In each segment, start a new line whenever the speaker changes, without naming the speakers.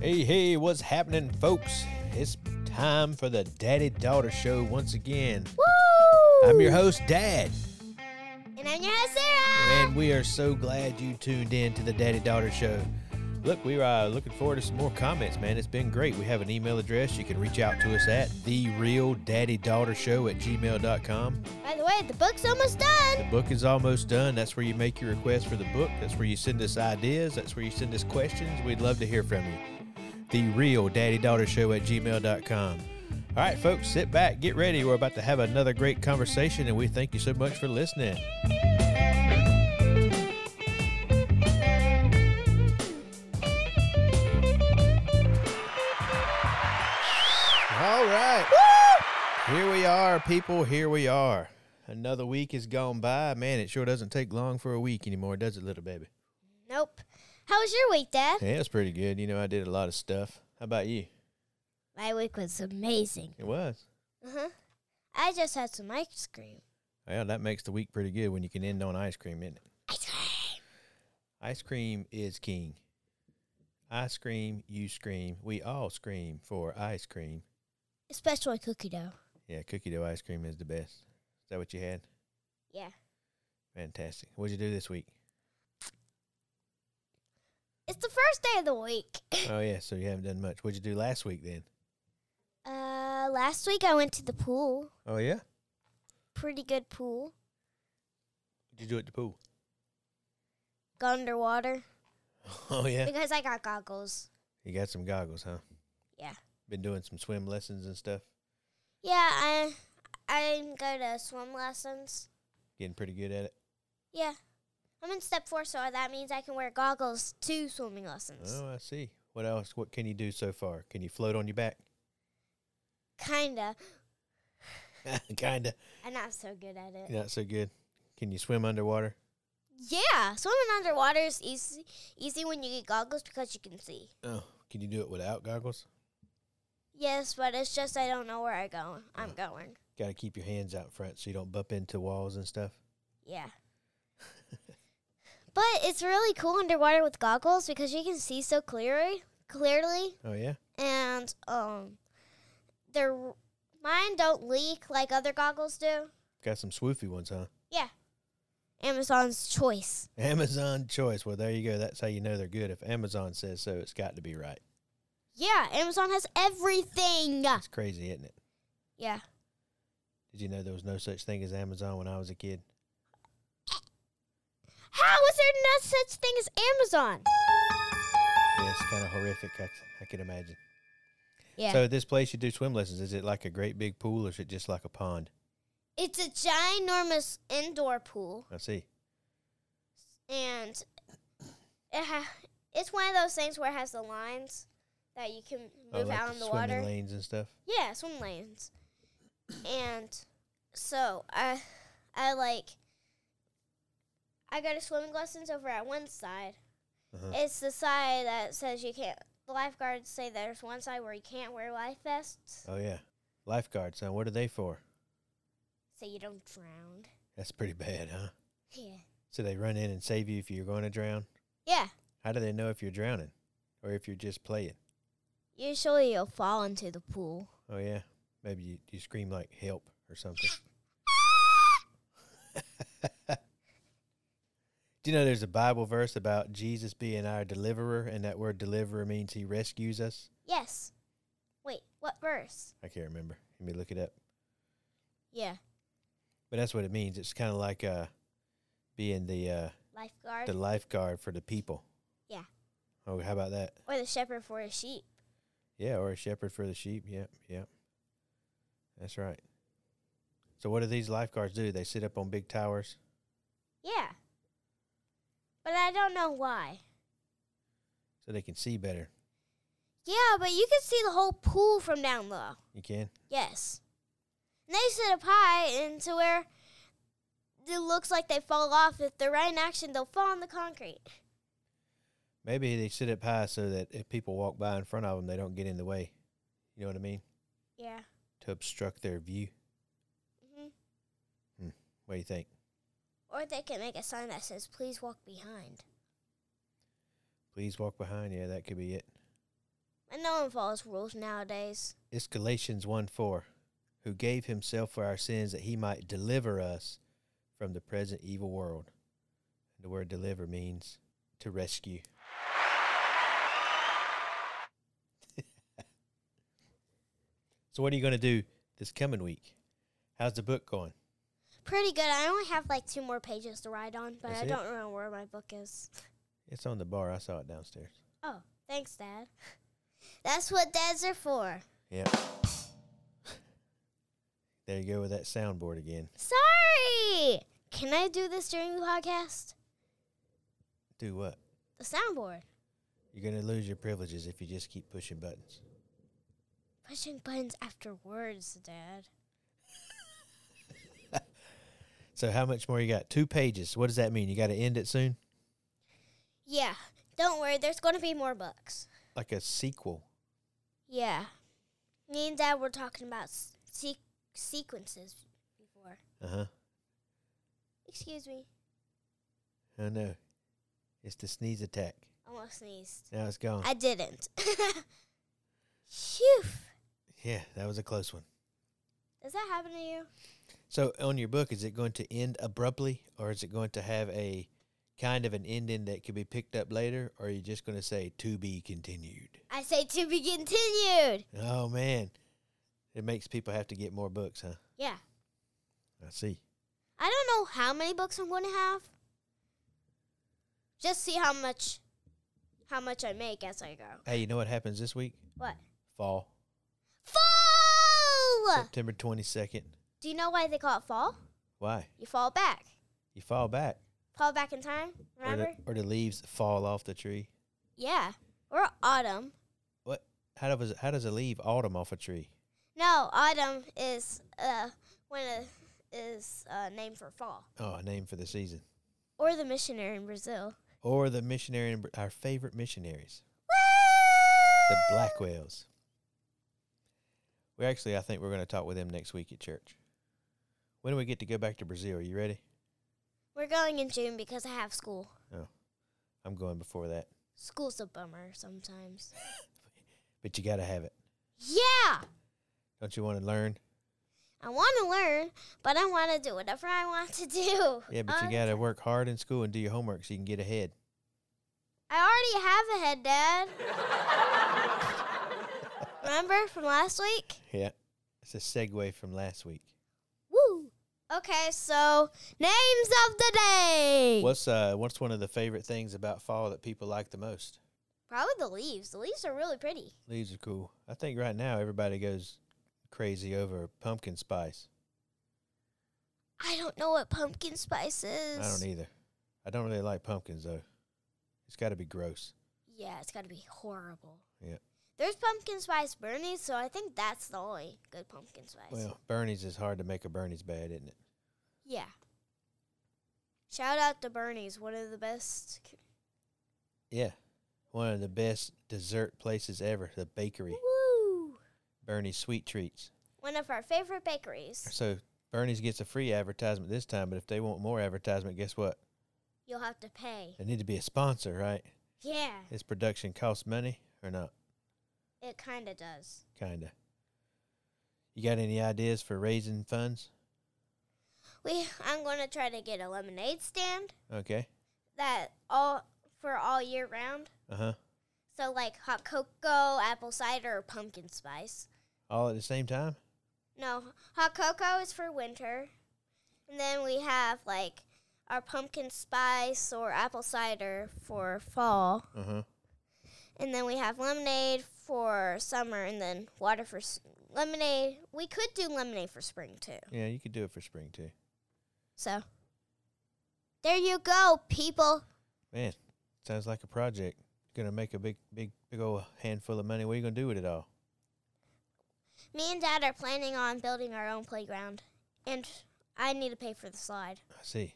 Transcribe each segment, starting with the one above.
Hey, hey, what's happening, folks? It's time for the Daddy Daughter Show once again.
Woo!
I'm your host, Dad,
And I'm your host, Sarah.
and we are so glad you tuned in to the Daddy Daughter Show. Look, we are uh, looking forward to some more comments, man. It's been great. We have an email address you can reach out to us at therealdaddydaughterShow at gmail.com.
By the way, the book's almost
The
done.
book is almost done. That's where you make your request for the book. That's where you send us ideas. That's where you send us questions. We'd love to hear from you. The real daddy daughter show at gmail.com. All right, folks, sit back, get ready. We're about to have another great conversation, and we thank you so much for listening. All right. Here we are, people. Here we are. Another week has gone by. Man, it sure doesn't take long for a week anymore, does it, little baby?
Nope. How was your week, Dad?
Yeah, it's pretty good. You know, I did a lot of stuff. How about you?
My week was amazing.
It was.
Uh-huh. I just had some ice cream.
Well, that makes the week pretty good when you can end on ice cream, isn't it?
Ice cream.
Ice cream is king. I scream, you scream, we all scream for ice cream.
Especially cookie dough.
Yeah, cookie dough ice cream is the best. Is that what you had?
Yeah.
Fantastic. What'd you do this week?
It's the first day of the week.
Oh yeah, so you haven't done much. What'd you do last week then?
Uh, last week I went to the pool.
Oh yeah?
Pretty good pool.
What'd you do at the pool?
Got underwater
Oh yeah.
because I got goggles.
You got some goggles, huh?
Yeah.
Been doing some swim lessons and stuff.
Yeah, I I didn't go to swim lessons.
Getting pretty good at it.
Yeah. I'm in step four, so that means I can wear goggles to swimming lessons.
Oh, I see. What else? What can you do so far? Can you float on your back?
Kinda.
Kinda.
I'm not so good at it.
You're Not so good. Can you swim underwater?
Yeah. swimming underwater is easy, easy when you get goggles because you can see.
Oh, can you do it without goggles?
Yes, but it's just I don't know where I go. I'm going.
Got to keep your hands out front so you don't bump into walls and stuff.
Yeah. but it's really cool underwater with goggles because you can see so clearly, clearly,
Oh yeah.
and um, they're mine don't leak like other goggles do.
Got some swoofy ones, huh?
Yeah. Amazon's choice.
Amazon choice. Well, there you go. That's how you know they're good. If Amazon says so, it's got to be right.
Yeah, Amazon has everything.
It's crazy, isn't it?
Yeah.
Did you know there was no such thing as Amazon when I was a kid?
How is there no such thing as Amazon?
Yeah, it's kind of horrific. I, I can imagine.
Yeah.
So at this place you do swim lessons, is it like a great big pool or is it just like a pond?
it's a ginormous indoor pool,
I see.
and it ha- it's one of those things where it has the lines that you can
Oh,
move
like
out in the
swimming
water.
lanes and stuff.
Yeah, swim lanes. and so I, I like, I go to swimming lessons over at one side.
Uh-huh.
It's the side that says you can't. The lifeguards say there's one side where you can't wear life vests,
Oh yeah, lifeguards. Now what are they for?
so you don't drown.
That's pretty bad, huh?
Yeah.
So they run in and save you if you're going to drown.
Yeah.
How do they know if you're drowning or if you're just playing?
Usually you'll fall into the pool.
Oh yeah, maybe you, you scream like help or something. Do you know there's a Bible verse about Jesus being our deliverer, and that word deliverer means he rescues us?
Yes. Wait, what verse?
I can't remember. Let me look it up.
Yeah.
But that's what it means. It's kind of like uh, being the uh,
Lifeguard
the lifeguard for the people.
Yeah.
Oh, how about that?
or the shepherd for his sheep.
Yeah, or a shepherd for the sheep. Yep, yep. That's right. So, what do these lifeguards do? They sit up on big towers.
Yeah. But I don't know why.
so they can see better.
Yeah, but you can see the whole pool from down low.
You can?
Yes. And they sit up high and to where it looks like they fall off. If they're right in action, they'll fall on the concrete.
Maybe they sit up high so that if people walk by in front of them, they don't get in the way. You know what I mean?
Yeah.
To obstruct their view.
hmm
What do you think?
Or they can make a sign that says, please walk behind.
Please walk behind. Yeah, that could be it.
And no one follows rules nowadays.
It's Galatians 1 4, who gave himself for our sins that he might deliver us from the present evil world. The word deliver means to rescue. so, what are you going to do this coming week? How's the book going?
Pretty good. I only have like two more pages to write on, but
That's
I
it?
don't remember where my book is.
It's on the bar. I saw it downstairs.
Oh, thanks, Dad. That's what dads are for.
Yeah. there you go with that soundboard again.
Sorry. Can I do this during the podcast?
Do what?
The soundboard.
You're going to lose your privileges if you just keep pushing buttons.
Pushing buttons after words, Dad.
So, how much more you got? Two pages. What does that mean? You got to end it soon?
Yeah. Don't worry, there's going to be more books.
Like a sequel.
Yeah. Me and Dad were talking about s- se- sequences before.
Uh huh.
Excuse me.
I know. It's the sneeze attack.
Almost sneezed.
Now it's gone.
I didn't. Phew.
yeah, that was a close one.
Does that happen to you?
So, on your book, is it going to end abruptly or is it going to have a kind of an ending that could be picked up later? Or are you just going to say to be continued?
I say to be continued.
Oh, man. It makes people have to get more books, huh?
Yeah.
I see.
I don't know how many books I'm going to have. Just see how much how much I make as I go.
Hey, you know what happens this week?
What?
Fall.
Fall!
September 22nd.
Do you know why they call it fall?
Why?
You fall back.
You fall back.
Fall back in time,
Or
remember?
the, or the leaves fall off the tree.
Yeah. Or autumn.
What? How does, how does a leaf autumn off a tree?
No, autumn is uh when it is uh named for fall.
Oh, a name for the season.
Or the missionary in Brazil.
Or the missionary, in Br- our favorite missionaries,
Woo!
the Blackwells. We actually, I think we're going to talk with them next week at church. When do we get to go back to Brazil? Are you ready?
We're going in June because I have school.
I'm going before that.
School's a bummer sometimes.
But you got to have it.
Yeah.
Don't you want to learn?
I want to learn, but I want to do whatever I want to do.
Yeah, but you
Um,
got to work hard in school and do your homework so you can get ahead.
I already have a head, Dad. Remember from last week?
Yeah. It's a segue from last week.
Woo. Okay, so names of the day.
What's uh what's one of the favorite things about fall that people like the most?
Probably the leaves. The leaves are really pretty.
Leaves are cool. I think right now everybody goes crazy over pumpkin spice.
I don't know what pumpkin spice is.
I don't e- either. I don't really like pumpkins though. It's got to be gross.
Yeah, it's got to be horrible.
Yeah.
There's pumpkin spice Bernie's, so I think that's the only good pumpkin spice.
Well, Bernie's is hard to make a Bernie's bad, isn't it?
Yeah. Shout out to Bernie's, one of the best. c-
Yeah. One of the best dessert places ever, the bakery,
Woo!
Bernie's Sweet Treats.
One of our favorite bakeries.
So Bernie's gets a free advertisement this time, but if they want more advertisement, guess what?
You'll have to pay.
They need to be a sponsor, right?
Yeah,
This production costs money or not?
it kind of does.
Kinda. You got any ideas for raising funds?
We, I'm going to try to get a lemonade stand
Okay.
that all for all year round.
Uh huh.
So like hot cocoa, apple cider, or pumpkin spice.
All at the same time?
No, hot cocoa is for winter. And then we have like our pumpkin spice or apple cider for fall.
Uh huh.
And then we have lemonade for summer and then water for s- lemonade. We could do lemonade for spring too.
Yeah, you could do it for spring too.
So there you go, people.
Man, sounds like a project. Gonna make a big, big, big old handful of money. What are you gonna do with it all?
Me and Dad are planning on building our own playground, and I need to pay for the slide.
I see.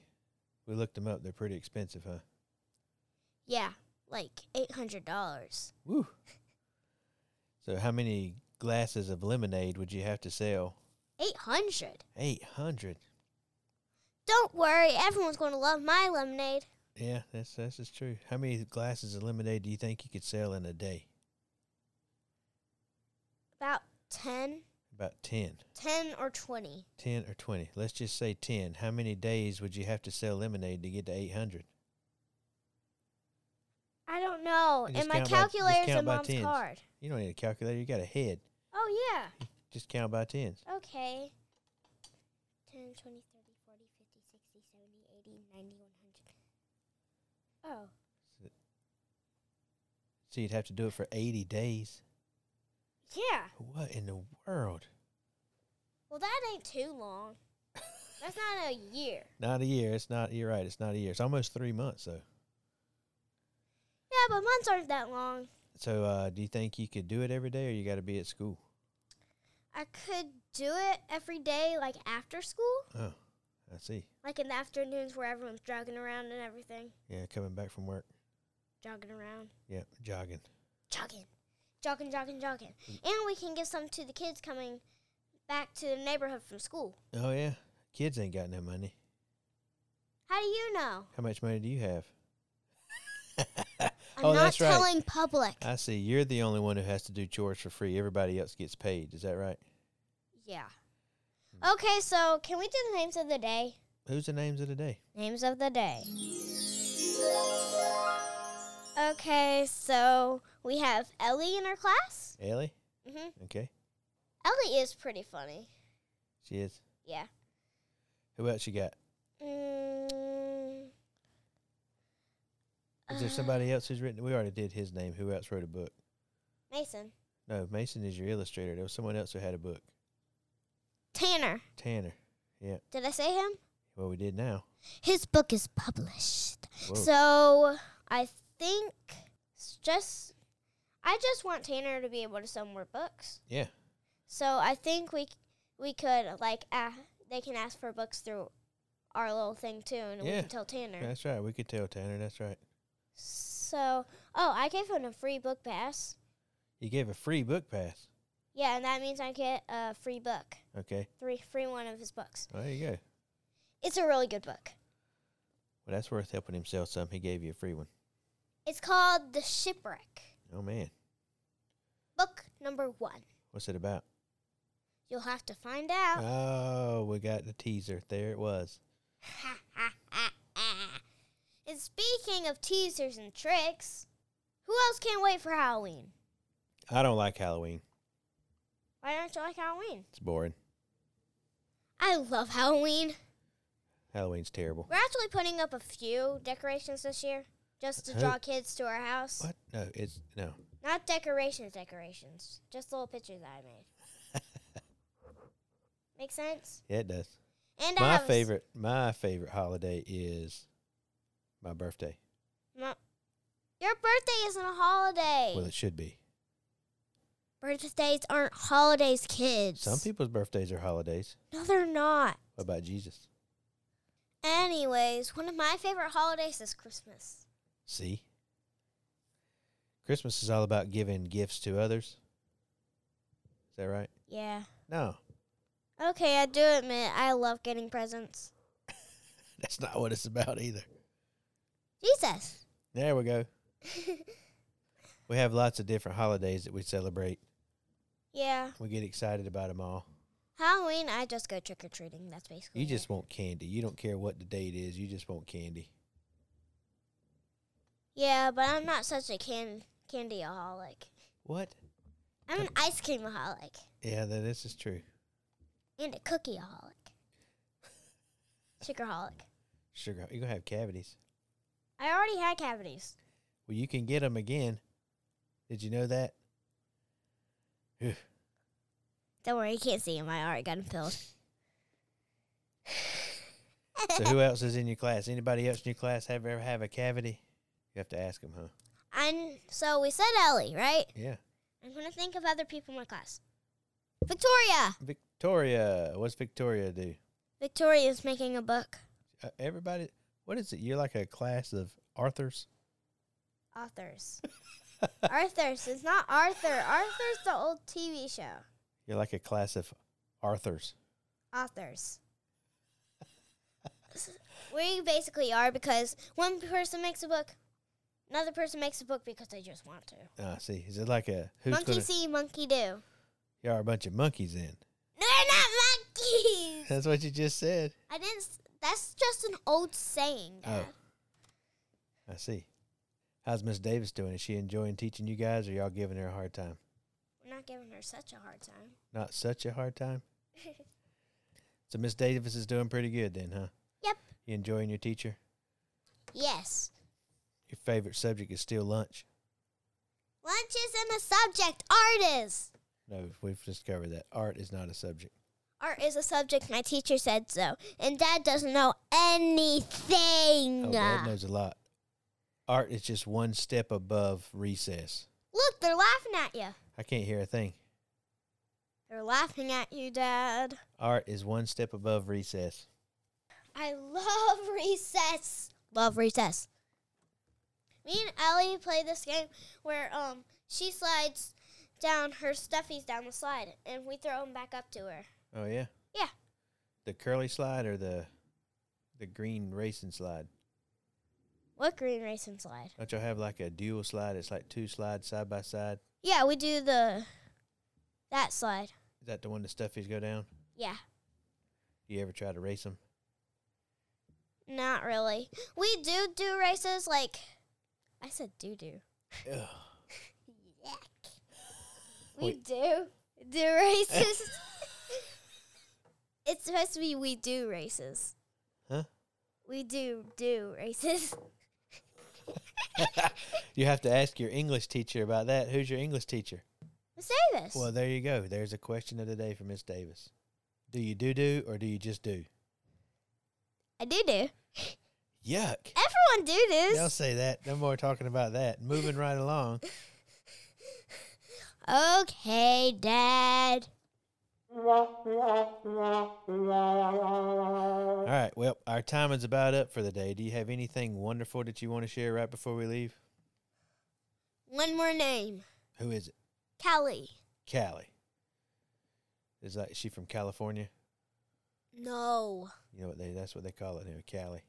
We looked them up. They're pretty expensive, huh?
Yeah, like eight hundred dollars.
Woo. So, how many glasses of lemonade would you have to sell?
Eight hundred.
Eight hundred.
Don't worry, everyone's going to love my lemonade.
Yeah, that's that's is true. How many glasses of lemonade do you think you could sell in a day?
About 10,
About 10.
10 or 20.
10 or 20. Let's just say 10. How many days would you have to sell lemonade to get to 800?
I don't know.
And just
And
count by-
my
just
calculator's
count
in
by
mom's
tens.
card.
You don't need a calculator. You got a head.
Oh, yeah.
Just count by tens.
Okay. 10, 20, 30, 40, 50, 60, 70, 80, 90, 100. Oh.
So you'd have to do it for 80 days.
Yeah.
What in the world?
Well, that ain't too long. That's not a year.
Not a year. It's not. You're right. It's not a year. It's almost three months though.
Yeah, but months aren't that long.
So uh, do you think you could do it every day, or you got to be at school?
I could do it every day, like after school,
Oh, I see.
like in the afternoons where everyone's jogging around and everything.
Yeah, coming back from work.
Jogging around.
Yeah, jogging.
Jogging. Jogging, jogging, jogging.
Mm.
And we can give some to the kids coming back to the neighborhood from school.
Oh yeah, kids ain't got no money.
How do you know?
How much money do you have?
I'm
Oh,
not
that's right.
telling public.
I see. You're the only one who has to do chores for free. Everybody else gets paid. Is that right?
Yeah. Okay, so can we do the names of the day?
Who's the names of the day?
Names of the day. Okay, so we have Ellie in our class.
Ellie.
hmm
Okay,
Ellie is pretty funny.
she is.
Yeah.
Who else you got?
Mm,
Is there
uh,
somebody else who's written? We already did his name. Who else wrote a book?
uh, Mason.
No, Mason is your illustrator. There was someone else who had a book.
Tanner.
Tanner. Yeah.
Did I say him?
Well, we did now.
His book is published.
Whoa.
So I think s- just I just want Tanner to be able to sell more books.
yeah.
So I think we c- we could like uh, they can ask for books through our little thing too, and we
Yeah.
can tell Tanner.
That's right. We could tell Tanner. That's right.
So oh, I gave him a free book pass.
You gave a free book pass.
Yeah, and that means I get a free book,
Okay.
three free one of his books.
Well, there you go.
It's a really good book.
Well, that's worth helping himself some. He gave you a free one.
It's called The Shipwreck,
Oh, man.
book number one.
What's it about?
You'll have to find out.
Oh, we got the teaser. There it was.
and speaking of teasers and tricks, who else can't wait for Halloween?
I don't like Halloween.
Why don't you like Halloween?
It's boring.
I love Halloween.
Halloween's terrible.
We're actually putting up a few decorations this year just to
Who-
draw kids to our house.
What? No, it's no.
Not decorations, decorations. Just little pictures that I made. Make sense?
Yeah, it does.
And I
My
have a s-
favorite, my favorite holiday is my birthday.
my- your birthday isn't a holiday.
Well, it should be.
Birthdays aren't holidays, kids.
Some people's birthdays are holidays.
No, they're not.
What about Jesus?
Anyways, one of my favorite holidays is Christmas.
See? Christmas is all about giving gifts to others. Is that right?
Yeah.
No,
Okay, I do admit I love getting presents.
that's not what it's about either.
Jesus.
There we go. we have lots of different holidays that we celebrate.
Yeah.
We get excited about them all.
Halloween, I just go trick or treating. That's basically
You
it.
just want candy. You don't care what the date is. You just want candy.
Yeah, but I'm not such a can candyaholic.
What?
I'm an ice creamaholic
Yeah, then this is true.
and a cookieaholic. Sugarholic.
Sugar, you're going to have cavities.
I already had cavities.
Well, you can get them again. Did you know that? Phew.
Don't worry, you can't see them. I already got them filled.
so who else is in your class? Anybody else in your class have ever have a cavity? You have to ask them, huh?
And so we said Ellie, right?
Yeah.
I'm gonna think of other people in my class. Victoria.
Victoria, what's Victoria do?
Victoria is making a book.
Uh, everybody, what is it? You're like a class of Arthurs.
Authors. Arthur's. It's not Arthur. Arthur's the old TV show.
You're like a class of Arthurs.
Authors. S- we basically are because one person makes a book, another person makes a book because they just want to.
Ah, see, is it like a who's
monkey
gonna,
see, monkey do.
Y'all are a bunch of monkeys then.
No, they're not monkeys.
That's what you just said.
I didn't. s- That's just an old saying.
Oh.
Dad.
I see. How's Miss Davis doing? Is she enjoying teaching you guys or y'all giving her a hard time?
We're not giving her such a hard time.
Not such a hard time? So Miss Davis is doing pretty good then, huh?
Yep.
You enjoying your teacher?
yes.
Your favorite subject is still lunch.
Lunch isn't a subject. Art is.
No, we've discovered that art is not a subject.
Art is a subject. My teacher said so. And Dad doesn't know anything.
Oh, Dad knows a lot. Art is just one step above recess.
Look, they're laughing at you.
I can't hear a thing.
They're laughing at you, Dad.
Art is one step above recess.
I love recess. Love recess. Me and Ellie play this game where um she slides down her stuffies down the slide, and we throw them back up to her.
Oh yeah.
Yeah.
The curly slide or the the green racing slide?
What green racing slide?
Don't y'all have like a dual slide? It's like two slides side by side.
Yeah, we do the that slide.
Is that the one the stuffies go down?
Yeah,
You ever try to race them?
not really. We do do races like I said, do do. Yuck. We
Wait.
do do races. it's supposed to be we do races.
Huh?
We do do races.
you have to ask your English teacher about that. Who's your English teacher?
Miss Davis.
Well, there you go. There's a question of the day for Miss Davis. Do you do do or do you just do?
I do do.
Yuck.
Everyone do
Don't
this.
say that. No more talking about that. Moving right along.
Okay, Dad.
All right. Well, our time is about up for the day. Do you have anything wonderful that you want to share right before we leave?
One more name.
Who is it?
Callie.
Callie. Is that is she from California?
No.
You know what they that's what they call it here, Callie.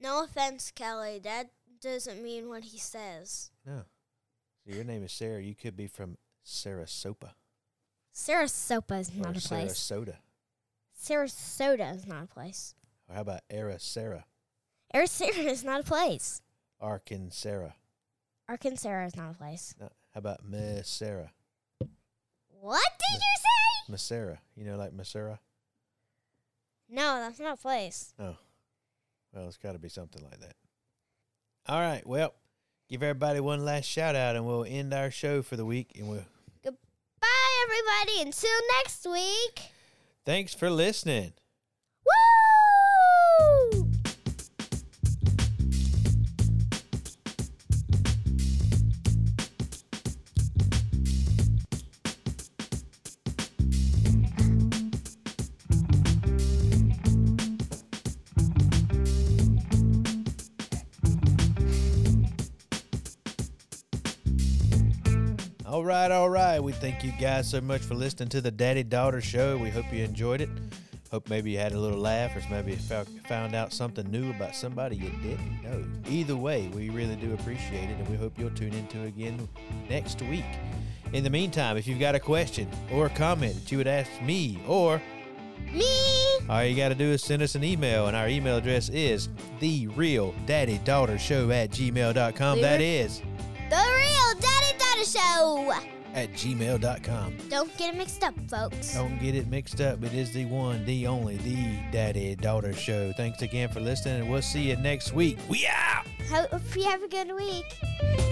No offense, Callie. That doesn't mean what he says.
No. So your name is Sarah. You could be from Sarasota.
Sarasota is
Or
not a place.
Sarasota.
Sarasota is not a place.
Or how about Era Sarah?
Sarasota is not a place.
Arkin Sarah.
Arkansas is not a place.
No, how about Miss Sarah?
What did you say?
Miss Sarah. You know like Miss Sarah?
No, that's not a place.
Oh. Well, it's gotta be something like that. All right. Well, give everybody one last shout out and we'll end our show for the week and we'll
Bye, everybody. Until next week.
thanks for listening.
Woo!
All right, all right. We thank you guys so much for listening to the Daddy Daughter Show. We hope you enjoyed it. Hope maybe you had a little laugh or maybe you fou- found out something new about somebody you didn't know. Either way, we really do appreciate it and we hope you'll tune into again next week. In the meantime, if you've got a question or a comment that you would ask me or
Me.
all you got to do is send us an email, and our email address is therealdaddydaughter.show at gmail.com. That is
The real Daddy Dada Show.
at gmail.com.
Don't get it mixed up, folks.
Don't get it mixed up. It is the one, the only, the Daddy Daughter Show. Thanks again for listening, and we'll see you next week. We out!
Hope you have a good week.